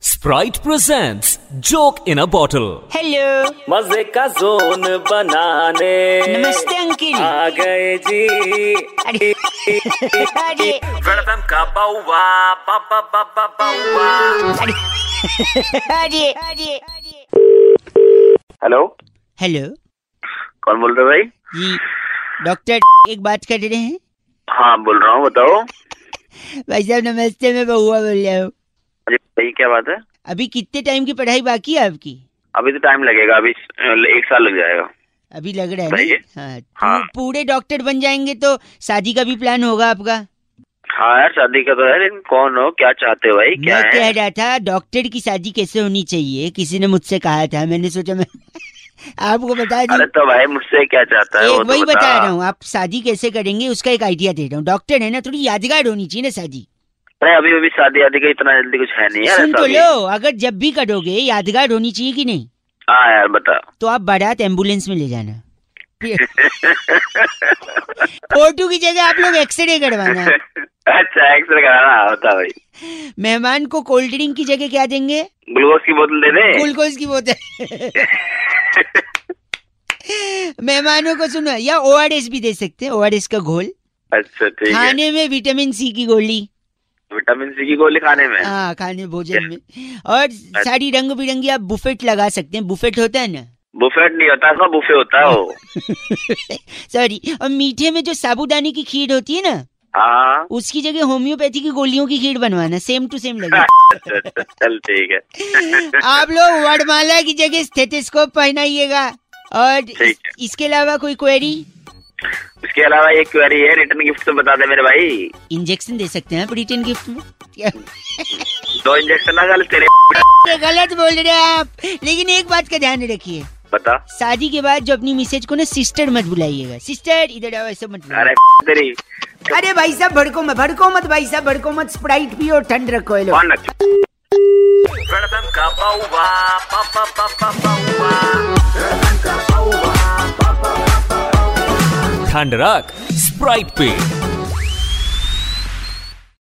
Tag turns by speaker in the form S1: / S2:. S1: Sprite presents Joke in a Bottle.
S2: Hello
S3: मजे का zone बनाने
S2: नमस्ते अंकिल
S3: आ गए जी
S2: अरे अरे
S3: वेलकम का बाउवा बाबा बाबा बाउवा
S2: अरे अरे
S3: हेलो
S2: हेलो
S3: कौन बोल रहे हो भाई
S2: जी डॉक्टर एक बात कर रहे हैं
S3: हाँ बोल रहा हूँ बताओ
S2: भाई साहब नमस्ते मैं बहुआ बोल रहा हूँ
S3: अरे सही क्या बात है
S2: अभी कितने टाइम की पढ़ाई बाकी है आपकी
S3: अभी तो टाइम लगेगा अभी अ, एक साल लग जाएगा
S2: अभी लग रहा है
S3: सही
S2: ना
S3: है।
S2: हाँ, पू-
S3: हाँ।
S2: पूरे डॉक्टर बन जाएंगे तो शादी का भी प्लान होगा आपका
S3: हाँ यार शादी का तो है लेकिन कौन हो क्या चाहते हो भाई क्या
S2: मैं कह
S3: है
S2: रहा था डॉक्टर की शादी कैसे होनी चाहिए किसी ने मुझसे कहा था मैंने सोचा मैं आपको बता दूं
S3: अरे तो भाई मुझसे क्या चाहता है वो
S2: एक
S3: तो
S2: वही बता
S3: बता
S2: रहा हूँ आप शादी कैसे करेंगे उसका एक आइडिया दे रहा हूँ डॉक्टर है ना थोड़ी यादगार होनी चाहिए ना शादी
S3: अरे अभी अभी शादी आदि का इतना जल्दी कुछ है नहीं यार
S2: सुन
S3: ऐसा
S2: तो
S3: भी।
S2: लो अगर जब भी करोगे यादगार होनी चाहिए कि नहीं
S3: हाँ यार बता
S2: तो आप बारात एम्बुलेंस में ले जाना फोटो की जगह आप लोग एक्सरे करवाना
S3: अच्छा एक्सरे कराना हाँ, बता भाई
S2: मेहमान को कोल्ड ड्रिंक की जगह क्या देंगे
S3: ग्लूकोज की बोतल दे दे
S2: ग्लूकोज की बोतल मेहमानों को सुनो या ओ भी दे सकते हैं ओ का घोल
S3: अच्छा ठीक है
S2: खाने में विटामिन सी की गोली
S3: विटामिन सी की गोली खाने में
S2: हाँ खाने भोजन में और
S3: अच्छा।
S2: सारी रंग बिरंगी आप बुफेट लगा सकते हैं बुफेट होता है ना
S3: बुफेट नहीं होता उसका बुफे होता है वो
S2: सॉरी और मीठे में जो साबूदाने की खीर होती है ना
S3: हाँ
S2: उसकी जगह होम्योपैथी की गोलियों की खीर बनवाना सेम टू सेम लगे
S3: अच्छा अच्छा चल ठीक है
S2: आप लोग वर्णमाला की जगह स्टेथोस्कोप पहनाइएगा और इस-
S3: ठीक है।
S2: इसके अलावा कोई क्वेरी
S3: उसके अलावा एक क्वेरी है रिटर्न गिफ्ट तो बता दे मेरे भाई
S2: इंजेक्शन दे सकते हैं आप रिटर्न गिफ्ट में
S3: दो इंजेक्शन ना गलत तेरे
S2: ये गलत बोल रहे हैं आप लेकिन एक बात का ध्यान रखिए
S3: बता
S2: शादी के बाद जो अपनी मिसेज को ना सिस्टर मत बुलाइएगा सिस्टर इधर आओ ऐसे मत बुलाइएगा।
S3: अरे तेरी
S2: अरे भाई साहब भड़को मत भड़को मत भाई साहब भड़को मत स्प्राइट पियो ठंड रखो ये लोग
S3: कौन रख वेलकम का बाउवा पापा पापा बाउवा
S1: ठंड रख स्प्राइट पे